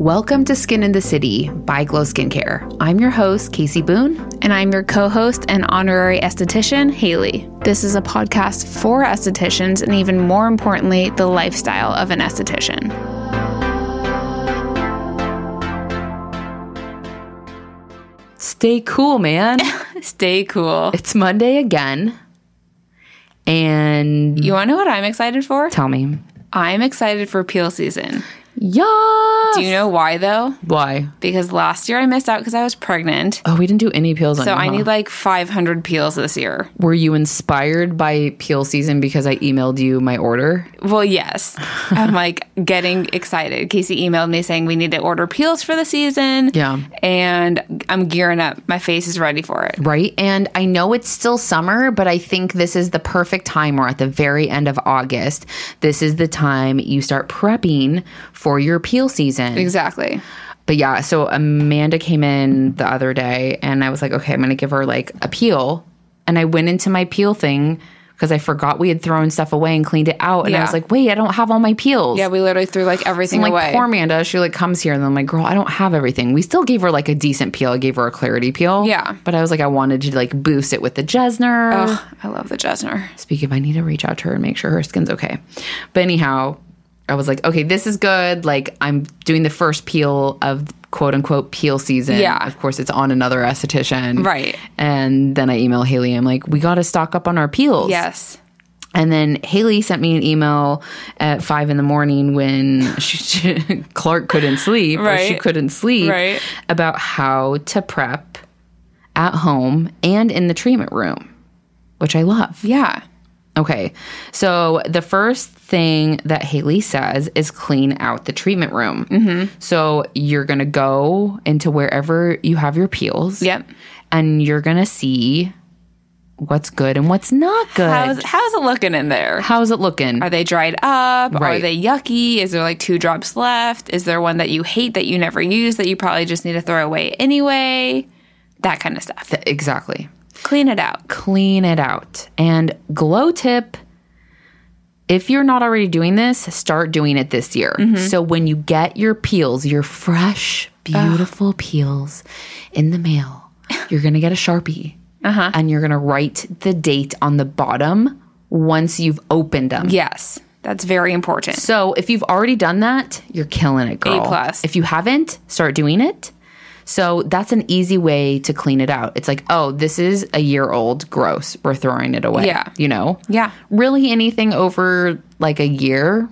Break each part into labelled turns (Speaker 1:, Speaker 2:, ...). Speaker 1: Welcome to Skin in the City by Glow Skincare. I'm your host, Casey Boone.
Speaker 2: And I'm your co host and honorary esthetician, Haley. This is a podcast for estheticians and, even more importantly, the lifestyle of an esthetician.
Speaker 1: Stay cool, man.
Speaker 2: Stay cool.
Speaker 1: it's Monday again. And
Speaker 2: You want to know what I'm excited for?
Speaker 1: tell me.
Speaker 2: I'm excited for peel season.
Speaker 1: Yeah.
Speaker 2: Do you know why though?
Speaker 1: Why?
Speaker 2: Because last year I missed out because I was pregnant.
Speaker 1: Oh, we didn't do any peels on
Speaker 2: So
Speaker 1: you,
Speaker 2: I
Speaker 1: huh?
Speaker 2: need like 500 peels this year.
Speaker 1: Were you inspired by peel season because I emailed you my order?
Speaker 2: Well, yes. I'm like getting excited. Casey emailed me saying we need to order peels for the season.
Speaker 1: Yeah.
Speaker 2: And I'm gearing up. My face is ready for it.
Speaker 1: Right. And I know it's still summer, but I think this is the perfect time. We're at the very end of August. This is the time you start prepping for your peel season.
Speaker 2: Exactly.
Speaker 1: But yeah, so Amanda came in the other day and I was like, okay, I'm going to give her like a peel. And I went into my peel thing because I forgot we had thrown stuff away and cleaned it out. And I
Speaker 2: Yeah.
Speaker 1: was like, wait, I don't have all my peels.
Speaker 2: Yeah, we literally threw like everything
Speaker 1: I'm like,
Speaker 2: away.
Speaker 1: poor Amanda, she like comes here and then I'm like, girl, I don't have everything. We still gave her like a decent peel. I gave her a clarity peel.
Speaker 2: Yeah.
Speaker 1: But I was like, I wanted to like boost it with the Jesner.
Speaker 2: Ugh, I love the Jesner.
Speaker 1: Speaking of, I need to reach out to her and make sure her skin's okay. But anyhow, I was like, okay, this is good. Like, I'm doing the first peel of quote unquote peel season.
Speaker 2: Yeah.
Speaker 1: Of course, it's on another esthetician.
Speaker 2: Right.
Speaker 1: And then I email Haley. I'm like, we got to stock up on our peels.
Speaker 2: Yes.
Speaker 1: And then Haley sent me an email at five in the morning when she, she- Clark couldn't sleep or she
Speaker 2: Right.
Speaker 1: couldn't sleep
Speaker 2: Right.
Speaker 1: about how to prep at home and in the treatment room, which I love.
Speaker 2: Yeah.
Speaker 1: Okay. So the first thing that Haley says is clean out the treatment room. Mm-hmm. So you're going to go into wherever you have your peels.
Speaker 2: Yep.
Speaker 1: And you're going to see what's good and what's not good.
Speaker 2: How's, how's it looking in there?
Speaker 1: How's it looking?
Speaker 2: Are they dried up? Are
Speaker 1: Right.
Speaker 2: they yucky? Is there like two drops left? Is there one that you hate that you never use that you probably just need to throw away anyway? That kind of stuff.
Speaker 1: Th- exactly.
Speaker 2: Clean it out.
Speaker 1: Clean it out. And glow tip if you're not already doing this, start doing it this year. So when you get your peels, your fresh, beautiful peels in the mail, you're going to get a Sharpie and you're going to write the date on the bottom once you've opened them.
Speaker 2: Yes, that's very important.
Speaker 1: So if you've already done that, you're killing it, girl.
Speaker 2: plus.
Speaker 1: If you haven't, start doing it. So that's an easy way to clean it out. It's like, oh, this is a year old, gross. We're throwing it away.
Speaker 2: Yeah.
Speaker 1: You know?
Speaker 2: Yeah.
Speaker 1: Really anything over like a year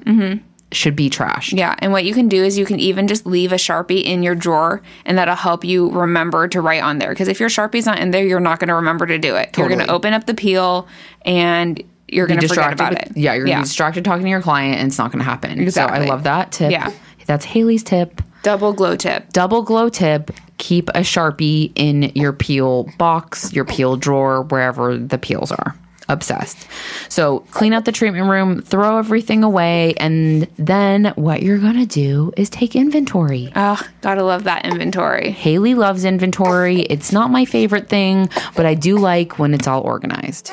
Speaker 1: should be trash.
Speaker 2: Mm-hmm. Yeah, and what you can do is you can even just leave a Sharpie in your drawer and that'll help you remember to write on there. Because if your Sharpie's not in there, you're not going to remember to do it. You're going to
Speaker 1: Totally.
Speaker 2: open up the peel and you're going to forget about
Speaker 1: with-
Speaker 2: it.
Speaker 1: Yeah, you're gonna be distracted talking to your client and it's not gonna happen. So I
Speaker 2: Exactly.
Speaker 1: love that tip.
Speaker 2: Yeah.
Speaker 1: That's Haley's tip.
Speaker 2: Double glow tip.
Speaker 1: double glow tip keep a sharpie in your peel box your peel drawer wherever the peels are obsessed so clean out the treatment room throw everything away and then what you're gonna do is take inventory
Speaker 2: Oh, gotta love that inventory.
Speaker 1: haley loves inventory it's not my favorite thing but i do like when it's all organized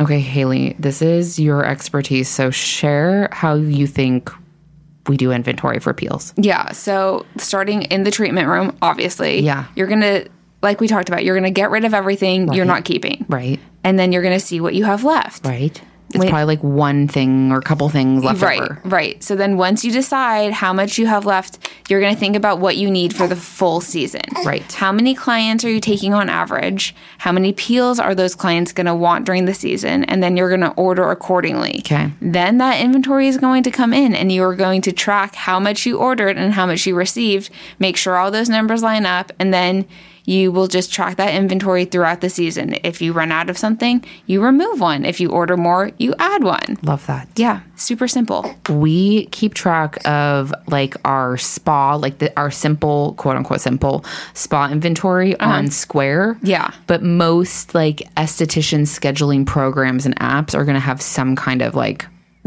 Speaker 1: okay haley this is your expertise so share how you think we do inventory for peels
Speaker 2: Yeah. So starting in the treatment room, obviously.
Speaker 1: Yeah.
Speaker 2: You're gonna like we talked about, you're gonna get rid of everything you're not keeping.
Speaker 1: right
Speaker 2: And then you're gonna see what you have left.
Speaker 1: Right. It's probably like one thing or a couple things left
Speaker 2: Right,
Speaker 1: over.
Speaker 2: right. So then once you decide how much you have left, you're going to think about what you need for the full season.
Speaker 1: Right.
Speaker 2: How many clients are you taking on average? How many peels are those clients going to want during the season? And then you're going to order accordingly.
Speaker 1: Okay.
Speaker 2: Then that inventory is going to come in and you are going to track how much you ordered and how much you received. Make sure all those numbers line up and then you will just track that inventory throughout the season. If you run out of something, you remove one. If you order more, you add one.
Speaker 1: Love that.
Speaker 2: Yeah, super simple.
Speaker 1: We keep track of like our spa, like the, our simple, quote unquote, simple spa inventory on Square.
Speaker 2: Yeah.
Speaker 1: But most like esthetician scheduling programs and apps are going to have some kind of like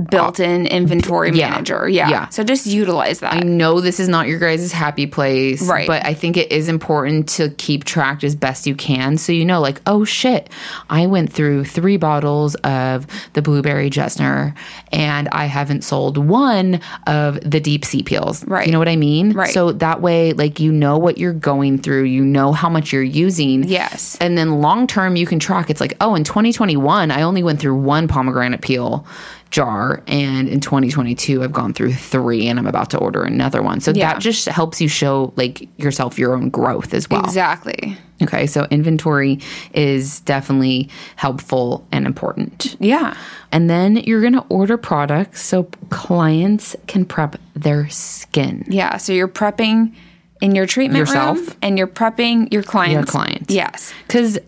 Speaker 2: built-in inventory
Speaker 1: Uh, Yeah.
Speaker 2: manager. Yeah.
Speaker 1: Yeah.
Speaker 2: So just utilize that.
Speaker 1: I know this is not your guys' happy place,
Speaker 2: Right.
Speaker 1: But I think it is important to keep track as best you can, so you know, like, oh shit, I went through three bottles of the blueberry Jessner, and I haven't sold one of the deep sea peels,
Speaker 2: Right.
Speaker 1: You know what I mean?
Speaker 2: Right.
Speaker 1: So that way, like, you know what you're going through, you know how much you're using,
Speaker 2: Yes.
Speaker 1: and then long term, you can track. It's like, oh, in 2021, I only went through one pomegranate peel jar. And in 2022, I've gone through three and I'm about to order another one. So
Speaker 2: Yeah.
Speaker 1: that just helps you show like yourself your own growth as well.
Speaker 2: Exactly.
Speaker 1: Okay. So inventory is definitely helpful and important.
Speaker 2: Yeah.
Speaker 1: And then you're going to order products so clients can prep their skin.
Speaker 2: Yeah. So you're prepping in your treatment
Speaker 1: Yourself.
Speaker 2: room and you're prepping your clients.
Speaker 1: Your clients.
Speaker 2: Yes.
Speaker 1: because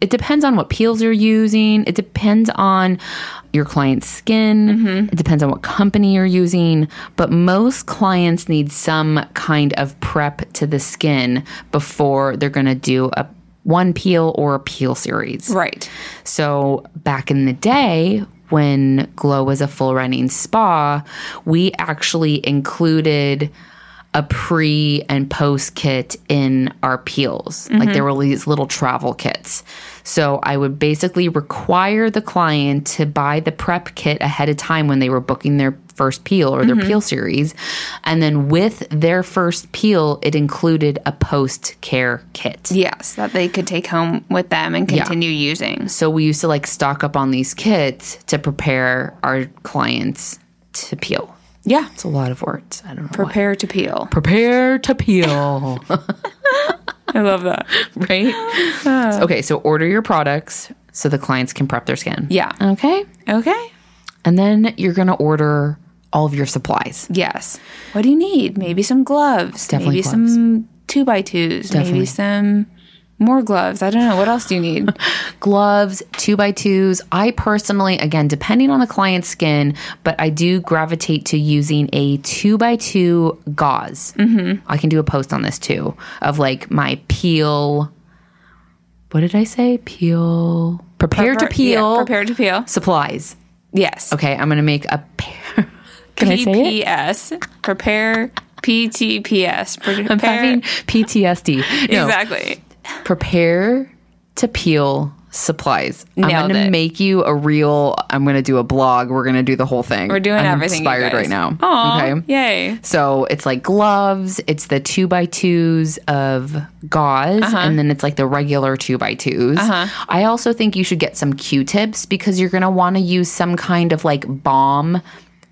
Speaker 1: it depends on what peels you're using. It depends on your client's skin. It depends on what company you're using. But most clients need some kind of prep to the skin before they're going to do a one peel or a peel series.
Speaker 2: Right.
Speaker 1: So back in the day, when Glow was a full running spa, we actually included a pre and post kit in our peels. Like there were these little travel kits. So I would basically require the client to buy the prep kit ahead of time when they were booking their first peel or their peel series. And then with their first peel, it included a post care kit.
Speaker 2: Yes. That they could take home with them and continue using.
Speaker 1: So we used to like stock up on these kits to prepare our clients to peel.
Speaker 2: Yeah.
Speaker 1: It's a lot of words. I don't know. why.
Speaker 2: Prepare to peel.
Speaker 1: Prepare to peel,
Speaker 2: I love that.
Speaker 1: right? okay, so order your products so the clients can prep their skin.
Speaker 2: Yeah.
Speaker 1: Okay.
Speaker 2: Okay.
Speaker 1: And then you're going to order all of your supplies.
Speaker 2: Yes. What do you need? Maybe some gloves.
Speaker 1: Definitely
Speaker 2: maybe
Speaker 1: gloves.
Speaker 2: some two by twos. Maybe some more gloves. I don't know. What else do you need?
Speaker 1: gloves, two by twos. I personally, again, depending on the client's skin, but I do gravitate to using a two by two gauze. Mm-hmm. I can do a post on this too of like my peel. What did I say? Peel. Prepare to
Speaker 2: Pre- yeah,
Speaker 1: peel
Speaker 2: prepare to peel.
Speaker 1: supplies.
Speaker 2: Yes.
Speaker 1: Okay, I'm gonna make a pair. Can I say it?
Speaker 2: PPS. Prepare PTPS. Prepare.
Speaker 1: Having PTSD. No.
Speaker 2: exactly.
Speaker 1: prepare to peel supplies. I'm
Speaker 2: Nailed
Speaker 1: gonna
Speaker 2: it.
Speaker 1: make you a real. I'm gonna do a blog. We're gonna do the whole thing.
Speaker 2: We're doing
Speaker 1: I'm
Speaker 2: everything. you
Speaker 1: Inspired
Speaker 2: guys.
Speaker 1: right now.
Speaker 2: Aw,
Speaker 1: Okay.
Speaker 2: Yay.
Speaker 1: So it's like gloves. It's the two by twos of gauze, and then it's like the regular two by 2s I also think you should get some Q-tips because you're gonna want to use some kind of like balm.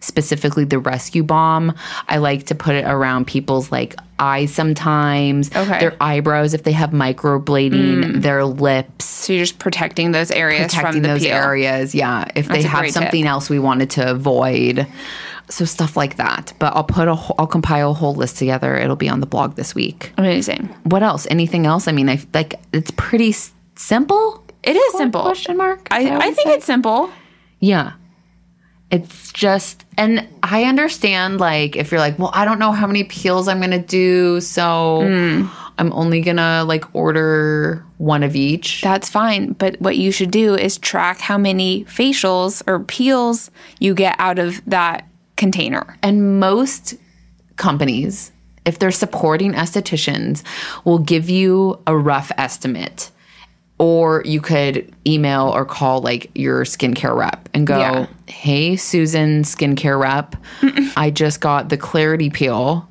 Speaker 1: Specifically, the rescue balm. I like to put it around people's like eyes sometimes.
Speaker 2: Okay.
Speaker 1: Their eyebrows if they have microblading, their lips
Speaker 2: So you're just protecting those areas
Speaker 1: protecting
Speaker 2: from the
Speaker 1: those
Speaker 2: peel.
Speaker 1: areas. Yeah,
Speaker 2: That's
Speaker 1: if they
Speaker 2: a
Speaker 1: have
Speaker 2: great tip.
Speaker 1: something else we wanted to avoid, so stuff like that. But I'll put a wh- I'll compile a whole list together. It'll be on the blog this week.
Speaker 2: Amazing.
Speaker 1: What else? Anything else? I mean, I f- like it's pretty s- simple.
Speaker 2: It is simple.
Speaker 1: Question mark?
Speaker 2: I, I
Speaker 1: always
Speaker 2: think
Speaker 1: say.
Speaker 2: it's simple.
Speaker 1: yeah. It's just, and I understand, like, if you're like, well, I don't know how many peels I'm gonna do, so
Speaker 2: Hmm.
Speaker 1: I'm only gonna like order one of each.
Speaker 2: That's fine. But what you should do is track how many facials or peels you get out of that container.
Speaker 1: And most companies, if they're supporting estheticians, will give you a rough estimate. Or you could email or call like your skincare rep and go,
Speaker 2: Yeah.
Speaker 1: Hey, Susan, skincare rep, I just got the clarity peel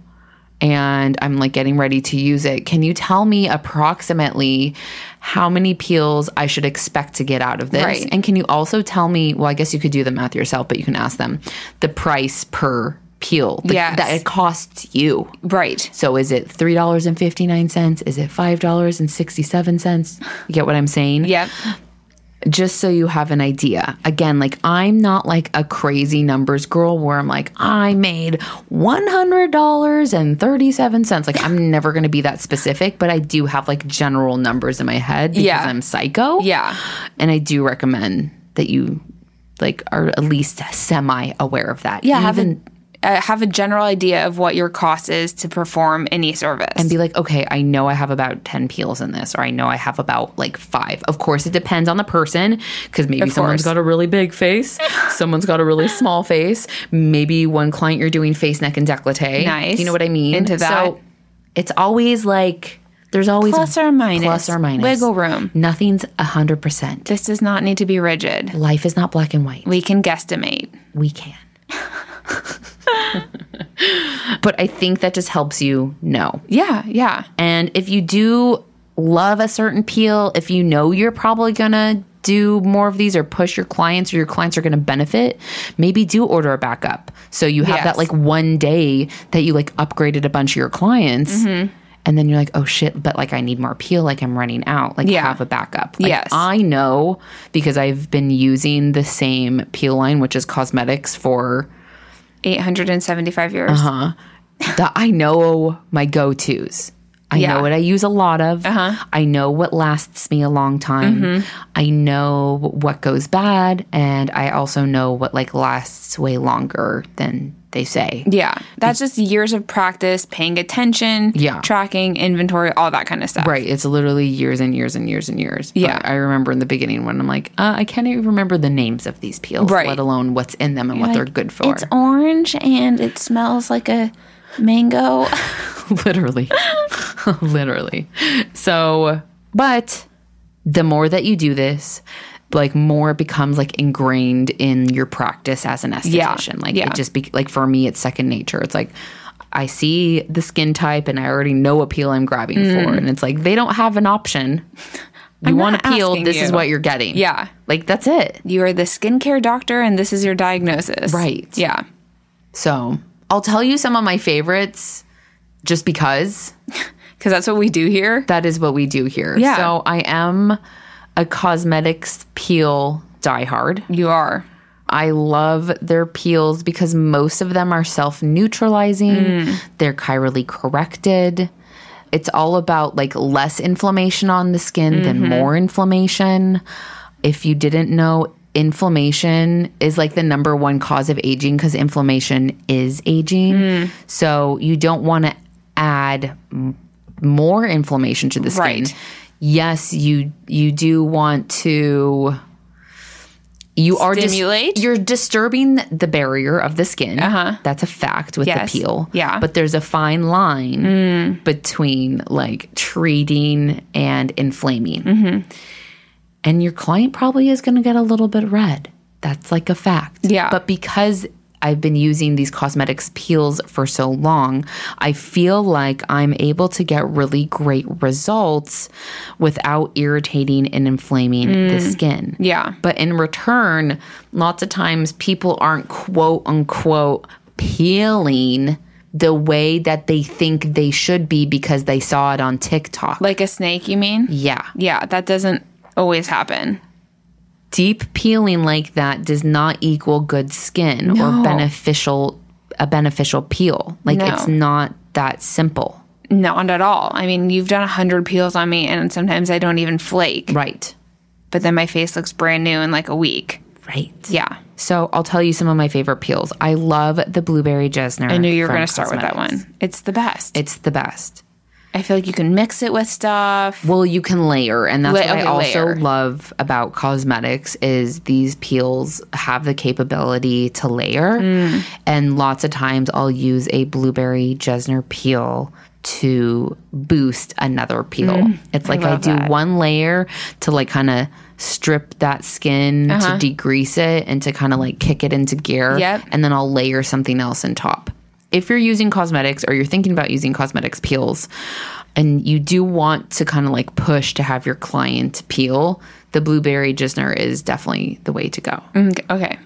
Speaker 1: and I'm like getting ready to use it. Can you tell me approximately how many peels I should expect to get out of this?
Speaker 2: Right.
Speaker 1: And can you also tell me, well, I guess you could do the math yourself, but you can ask them the price per peel the-
Speaker 2: Yes.
Speaker 1: that it costs you.
Speaker 2: Right.
Speaker 1: So is it $3.59? Is it $5.67? You get what I'm saying?
Speaker 2: Yep.
Speaker 1: just so you have an idea. Again, like I'm not like a crazy numbers girl where I'm like, I made $100.37. Like, I'm never going to be that specific, but I do have like general numbers in my head because
Speaker 2: Yeah.
Speaker 1: I'm psycho.
Speaker 2: Yeah.
Speaker 1: And I do recommend that you like are at least semi aware of that. Yeah.
Speaker 2: have
Speaker 1: Even
Speaker 2: uh, have a general idea of what your cost is to perform any service.
Speaker 1: and be like, okay, I know I have about 10 peels in this, or I know I have about like five. Of course, it depends on the person because maybe someone's
Speaker 2: course.
Speaker 1: got a really big face, someone's got a really small face. Maybe one client you're doing face, neck, and decollete.
Speaker 2: Nice.
Speaker 1: You know what I mean?
Speaker 2: Into that.
Speaker 1: So it's always like, there's always
Speaker 2: plus or minus,
Speaker 1: Plus or minus.
Speaker 2: wiggle room.
Speaker 1: Nothing's 100%.
Speaker 2: This does not need to be rigid.
Speaker 1: Life is not black and white.
Speaker 2: We can guesstimate.
Speaker 1: We can. but I think that just helps you know.
Speaker 2: Yeah, yeah.
Speaker 1: And if you do love a certain peel, if you know you're probably gonna do more of these or push your clients or your clients are gonna benefit, maybe do order a backup. So you have
Speaker 2: Yes.
Speaker 1: that like one day that you like upgraded a bunch of your clients.
Speaker 2: Mm-hmm.
Speaker 1: And then you're like, oh shit, but like I need more peel, like I'm running out. Like
Speaker 2: Yeah.
Speaker 1: have a backup. Like,
Speaker 2: Yes.
Speaker 1: I know because I've been using the same peel line, which is cosmetics for
Speaker 2: 875 years.
Speaker 1: Uh-huh. that I know my go tos. I
Speaker 2: Yeah. Uh-huh.
Speaker 1: know what I use a lot of. I know what lasts me a long time.
Speaker 2: Mm-hmm.
Speaker 1: I know what goes bad, and I also know what like lasts way longer than they say.
Speaker 2: Yeah. That's just years of practice, paying attention,
Speaker 1: Yeah.
Speaker 2: tracking, inventory, all that kind of stuff.
Speaker 1: Right? It's literally years and years and years and years. But
Speaker 2: Yeah.
Speaker 1: I remember in the beginning when I'm like, uh, I can't even remember the names of these peels,
Speaker 2: Right.
Speaker 1: let alone what's in them and what they're
Speaker 2: Like,
Speaker 1: good for.
Speaker 2: It's orange and it smells like a mango.
Speaker 1: literally literally so but the more that you do this like more it becomes like ingrained in your practice as an esthetician like
Speaker 2: yeah.
Speaker 1: it just be like for me it's second nature it's like i see the skin type and i already know what peel i'm grabbing for and it's like they don't have an option
Speaker 2: Mm.
Speaker 1: you
Speaker 2: I'm
Speaker 1: want
Speaker 2: not
Speaker 1: a peel
Speaker 2: asking
Speaker 1: this is
Speaker 2: you.
Speaker 1: what you're getting
Speaker 2: Yeah.
Speaker 1: like that's it
Speaker 2: you are the skincare doctor and this is your diagnosis.
Speaker 1: Right.
Speaker 2: Yeah.
Speaker 1: so i'll tell you some of my favorites just because
Speaker 2: Because that's what we do here.
Speaker 1: that is what we do here.
Speaker 2: Yeah.
Speaker 1: So I am a cosmetics peel diehard.
Speaker 2: You are.
Speaker 1: I love their peels because most of them are self neutralizing, they're chirally corrected. It's all about like less inflammation on the skin than more inflammation. If you didn't know, inflammation is like the number one cause of aging because inflammation is aging. So you don't want to add m- more inflammation to the skin.
Speaker 2: Right.
Speaker 1: Yes, you you do want to you are dis-
Speaker 2: Stimulate?
Speaker 1: you're disturbing the barrier of the skin.
Speaker 2: Uh-huh.
Speaker 1: That's a fact with
Speaker 2: Yes.
Speaker 1: the peel.
Speaker 2: Yeah. Mm.
Speaker 1: But there's a fine line between like treating and inflaming.
Speaker 2: Mm-hmm.
Speaker 1: And your client probably is going to get a little bit red. That's like a fact.
Speaker 2: Yeah.
Speaker 1: But because I've been using these cosmetics peels for so long, I feel like I'm able to get really great results without irritating and inflaming the
Speaker 2: Mm.
Speaker 1: skin.
Speaker 2: Yeah.
Speaker 1: But in return, lots of times people aren't quote unquote peeling the way that they think they should be because they saw it on TikTok.
Speaker 2: Like a snake, you mean?
Speaker 1: yeah.
Speaker 2: Yeah, that doesn't always happen.
Speaker 1: Deep peeling like that does not equal good skin or beneficial a beneficial peel. Like
Speaker 2: No.
Speaker 1: it's not that simple.
Speaker 2: Not at all. I mean, you've done a hundred peels on me, and sometimes I don't even flake.
Speaker 1: Right.
Speaker 2: But then my face looks brand new in like a week.
Speaker 1: Right.
Speaker 2: Yeah,
Speaker 1: So I'll tell you some of my favorite peels. I love the blueberry jesner.
Speaker 2: I knew you were going to start with that one. It's the best.
Speaker 1: It's the best.
Speaker 2: I feel like you can mix it with stuff.
Speaker 1: Well, you can layer, and that's
Speaker 2: La-
Speaker 1: what I
Speaker 2: okay,
Speaker 1: also
Speaker 2: layer.
Speaker 1: love about cosmetics is these peels have the capability to layer,
Speaker 2: Mm.
Speaker 1: and lots of times I'll use a blueberry jesner peel to boost another peel. It's like I,
Speaker 2: Mm. love
Speaker 1: do
Speaker 2: that.
Speaker 1: one layer to like kind of strip that skin to degrease it and to kind of like kick it into gear
Speaker 2: Uh-huh. Yep.
Speaker 1: and then I'll layer something else on top. If you're using cosmetics or you're thinking about using cosmetics peels and you do want to kind of like push to have your client peel, the blueberry gisner is definitely the way to go.
Speaker 2: Mm, Okay.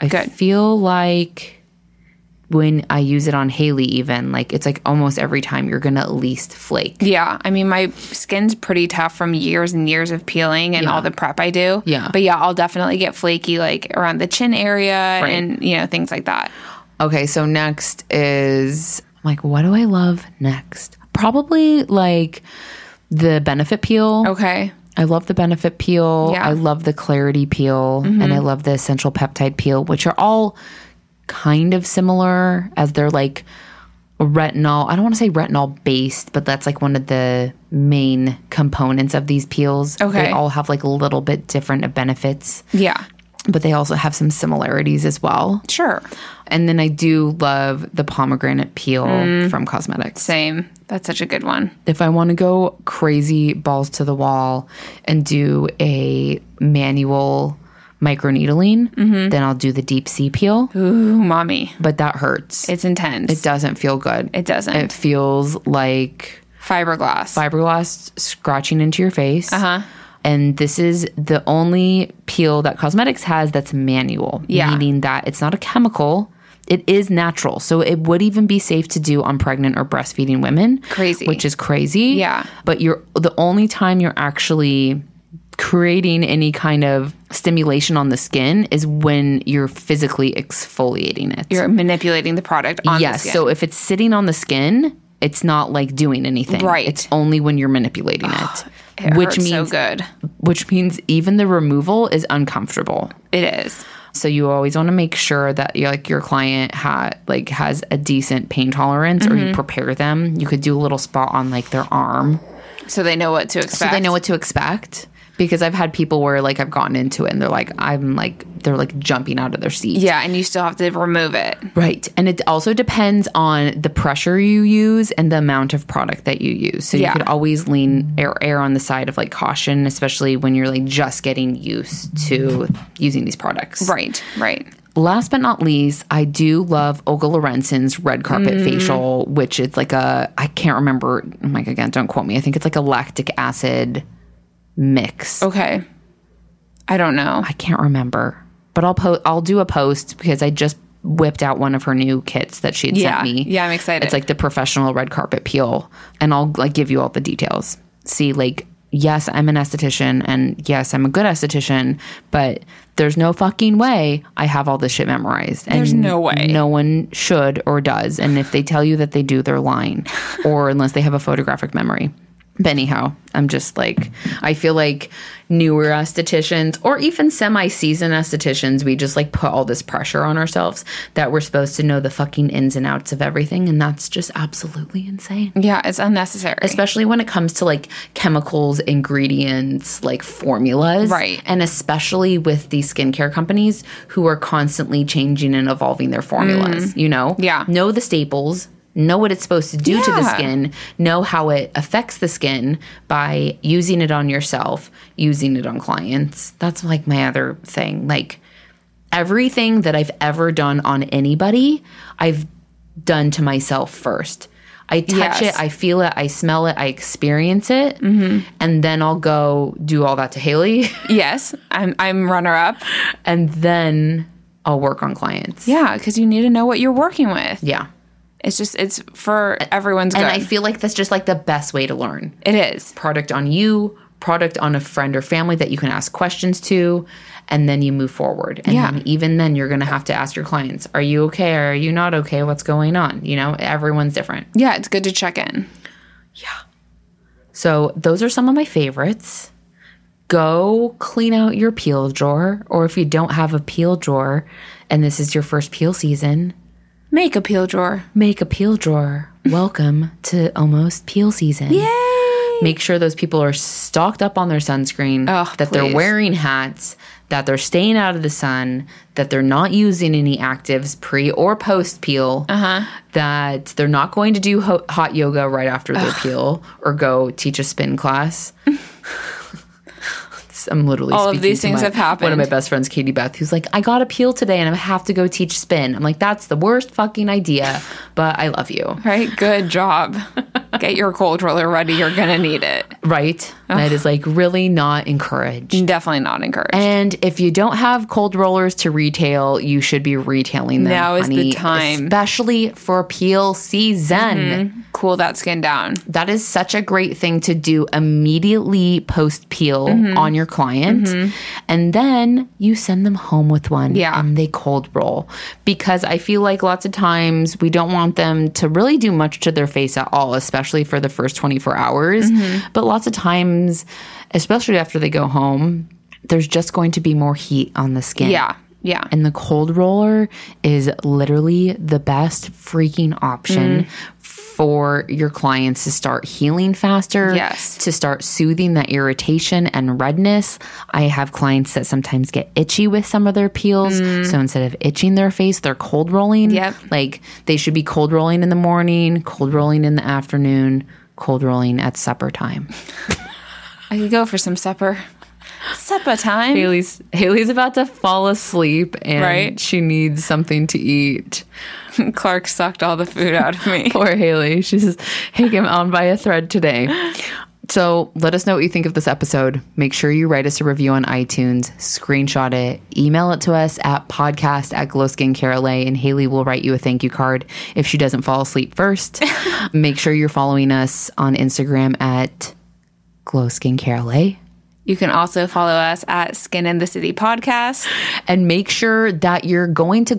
Speaker 1: I
Speaker 2: Good.
Speaker 1: feel like when I use it on Haley even, like it's like almost every time you're going to at least flake.
Speaker 2: Yeah, I mean, my skin's pretty tough from years and years of peeling and all the prep I do.
Speaker 1: Yeah.
Speaker 2: But yeah, I'll definitely get flaky like around the chin area and, you know, things like that.
Speaker 1: Okay, so next is I'm like what do I love next? Probably like the benefit peel.
Speaker 2: Okay.
Speaker 1: I love the benefit peel.
Speaker 2: Yeah. Mm-hmm.
Speaker 1: I love the clarity peel and I love the essential peptide peel, which are all kind of similar as they're like retinol. I don't want to say retinol based, but that's like one of the main components of these peels.
Speaker 2: Okay.
Speaker 1: They all have like a little bit different of benefits,
Speaker 2: Yeah.
Speaker 1: but they also have some similarities as well.
Speaker 2: Sure.
Speaker 1: And then I do love the pomegranate peel
Speaker 2: Mm.
Speaker 1: from Cosmetics.
Speaker 2: Same. That's such a good one.
Speaker 1: If I want to go crazy balls to the wall and do a manual microneedling, then I'll do the deep sea peel,
Speaker 2: Ooh, mommy.
Speaker 1: but that hurts. It
Speaker 2: It's intense. It,
Speaker 1: doesn't feel good.
Speaker 2: doesn't.
Speaker 1: It feels like
Speaker 2: Fiberglass.
Speaker 1: fiberglass scratching into your face.
Speaker 2: Uh-huh.
Speaker 1: And this is the only peel that cosmetics has that's manual,
Speaker 2: Yeah.
Speaker 1: meaning that it's not a chemical. It is natural. So it would even be safe to do on pregnant or breastfeeding women.
Speaker 2: Crazy.
Speaker 1: Which is crazy.
Speaker 2: Yeah.
Speaker 1: But you're the only time you're actually creating any kind of stimulation on the skin is when you're physically exfoliating it.
Speaker 2: You're manipulating the product on the
Speaker 1: Yes.
Speaker 2: skin.
Speaker 1: So if it's sitting on the skin, it's not like doing anything.
Speaker 2: Right.
Speaker 1: It's only when you're manipulating it,
Speaker 2: it
Speaker 1: which
Speaker 2: hurts so
Speaker 1: means
Speaker 2: good.
Speaker 1: which means even the removal is uncomfortable.
Speaker 2: It is.
Speaker 1: So you always want to make sure that you like your client ha- like has a decent pain tolerance, or
Speaker 2: Mm-hmm.
Speaker 1: you prepare them. You could do a little spot on like their arm
Speaker 2: So they know what to expect.
Speaker 1: so they know what to expect. Because I've had people where like I've gotten into it and they're like I'm like they're like jumping out of their seat.
Speaker 2: Yeah, and you still have to remove it.
Speaker 1: Right. And it also depends on the pressure you use and the amount of product that you use. So
Speaker 2: Yeah.
Speaker 1: you could always lean or err on the side of like caution, especially when you're like just getting used to using these products.
Speaker 2: Right, right.
Speaker 1: Last but not least, I do love Olga Lorenzen's red carpet
Speaker 2: Mm.
Speaker 1: facial, which is like a I can't remember. Oh my god, again, don't quote me. I think it's like a lactic acid mix.
Speaker 2: Okay. I don't know.
Speaker 1: I can't remember, but I'll post. I'll do a post because I just whipped out one of her new kits that she had
Speaker 2: Yeah.
Speaker 1: sent me.
Speaker 2: Yeah, I'm excited.
Speaker 1: It's like the professional red carpet peel, and I'll like give you all the details. See, like, yes, I'm an esthetician, and yes, I'm a good esthetician, but there's no fucking way I have all this shit memorized. And
Speaker 2: There's no way.
Speaker 1: No one should or does. And if they tell you that they do, they're lying, or unless they have a photographic memory. But anyhow, I'm just like, I feel like newer estheticians or even semi seasoned estheticians, we just like put all this pressure on ourselves that we're supposed to know the fucking ins and outs of everything. And that's just absolutely insane.
Speaker 2: yeah, it's unnecessary.
Speaker 1: Especially when it comes to like chemicals, ingredients, like formulas.
Speaker 2: Right.
Speaker 1: And especially with these skincare companies who are constantly changing and evolving their formulas, you know?
Speaker 2: Mm. Yeah.
Speaker 1: Know the staples, know what it's supposed to do to the
Speaker 2: Yeah.
Speaker 1: skin, know how it affects the skin by using it on yourself, using it on clients. That's like my other thing. Like everything that I've ever done on anybody, I've done to myself first. I touch
Speaker 2: Yes. Mm-hmm.
Speaker 1: it, I feel it, I smell it, I experience it, and then I'll go do all that to Haley,
Speaker 2: yes, I'm I'm runner up.
Speaker 1: and then I'll work on clients.
Speaker 2: Yeah, because you need to know what you're working with.
Speaker 1: Yeah.
Speaker 2: It's just it's for everyone's good.
Speaker 1: And I feel like that's just like the best way to learn.
Speaker 2: it is.
Speaker 1: product on you, product on a friend or family that you can ask questions to, and then you move forward. And
Speaker 2: Yeah.
Speaker 1: then even then, you're going to have to ask your clients, are you okay? Are you not okay? What's going on? You know, everyone's different.
Speaker 2: Yeah, it's good to check in.
Speaker 1: So, those are some of my favorites. Go clean out your peel drawer, or if you don't have a peel drawer and this is your first peel season,
Speaker 2: Make a peel drawer.
Speaker 1: make a peel drawer. Welcome to almost peel season.
Speaker 2: Yay!
Speaker 1: make sure those people are stocked up on their sunscreen,
Speaker 2: Oh,
Speaker 1: that
Speaker 2: please.
Speaker 1: they're wearing hats, that they're staying out of the sun, that they're not using any actives pre or post peel,
Speaker 2: Uh-huh.
Speaker 1: that they're not going to do ho- hot yoga right after their peel or go teach a spin class. I'm literally
Speaker 2: All of
Speaker 1: speaking
Speaker 2: these
Speaker 1: to
Speaker 2: things
Speaker 1: my-
Speaker 2: have happened.
Speaker 1: One of my best friends, Katie Beth, who's like, I got a peel today and I have to go teach spin. I'm like, that's the worst fucking idea, but I love you.
Speaker 2: Right? Good job. Get your cold roller ready. You're gonna need it.
Speaker 1: Right? That is like really not encouraged.
Speaker 2: Definitely not encouraged.
Speaker 1: And if you don't have cold rollers to retail, you should be retailing them.
Speaker 2: Now is the
Speaker 1: honey,
Speaker 2: time. Mm-hmm.
Speaker 1: especially for peel season.
Speaker 2: cool that skin down.
Speaker 1: That is such a great thing to do immediately post peel
Speaker 2: Mm-hmm.
Speaker 1: on your client. And then you send them home with one
Speaker 2: Yeah.
Speaker 1: and they cold roll. Because I feel like lots of times we don't want them to really do much to their face at all, especially for the first 24 hours.
Speaker 2: Mm-hmm.
Speaker 1: But lots of times, especially after they go home, there's just going to be more heat on the skin.
Speaker 2: Yeah. Yeah.
Speaker 1: And the cold roller is literally the best freaking
Speaker 2: Mm.
Speaker 1: option for your clients to start healing faster.
Speaker 2: Yes.
Speaker 1: To start soothing that irritation and redness. I have clients that sometimes get itchy with some of their peels. So instead of itching their face, they're cold rolling.
Speaker 2: Mm. Yep.
Speaker 1: Like they should be cold rolling in the morning, cold rolling in the afternoon, cold rolling at supper time.
Speaker 2: I could go for some supper. Supper time.
Speaker 1: Haley's Haley's about to fall asleep and
Speaker 2: Right.
Speaker 1: she needs something to eat.
Speaker 2: Clark sucked all the food out of me.
Speaker 1: Poor Haley. She says, hanging on by a thread today. So let us know what you think of this episode. Make sure you write us a review on iTunes, screenshot it, email it to us at podcast at glow skin Carolay, and Haley will write you a thank you card if she doesn't fall asleep first. Make sure you're following us on Instagram at glow skin Carolay.
Speaker 2: You can also follow us at Skin in the City Podcast.
Speaker 1: and make sure that you're going to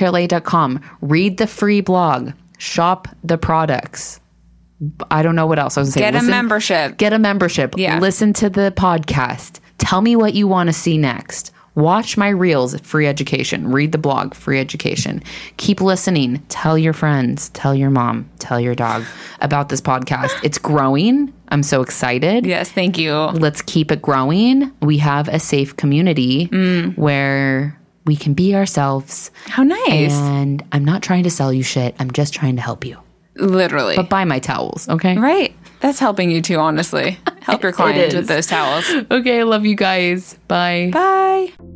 Speaker 1: glowskincarelay.com. Read the free blog, shop the products. I don't know what else I was saying.
Speaker 2: Get a membership.
Speaker 1: Get a membership.
Speaker 2: Yeah.
Speaker 1: Listen to the podcast. Tell me what you want to see next. Watch my reels, free education. Read the blog, free education. Keep listening. Tell your friends, tell your mom, tell your dog about this podcast. It's growing. I'm so excited
Speaker 2: Yes, thank you.
Speaker 1: let's keep it growing. We have a safe community where we can be ourselves.
Speaker 2: How nice.
Speaker 1: And I'm not trying to sell you shit. I'm just trying to help you.
Speaker 2: Literally.
Speaker 1: Buy my towels, okay?
Speaker 2: right. That's helping you too, honestly. Help your clients
Speaker 1: is.
Speaker 2: with those towels.
Speaker 1: Okay, love you guys. Bye.
Speaker 2: Bye.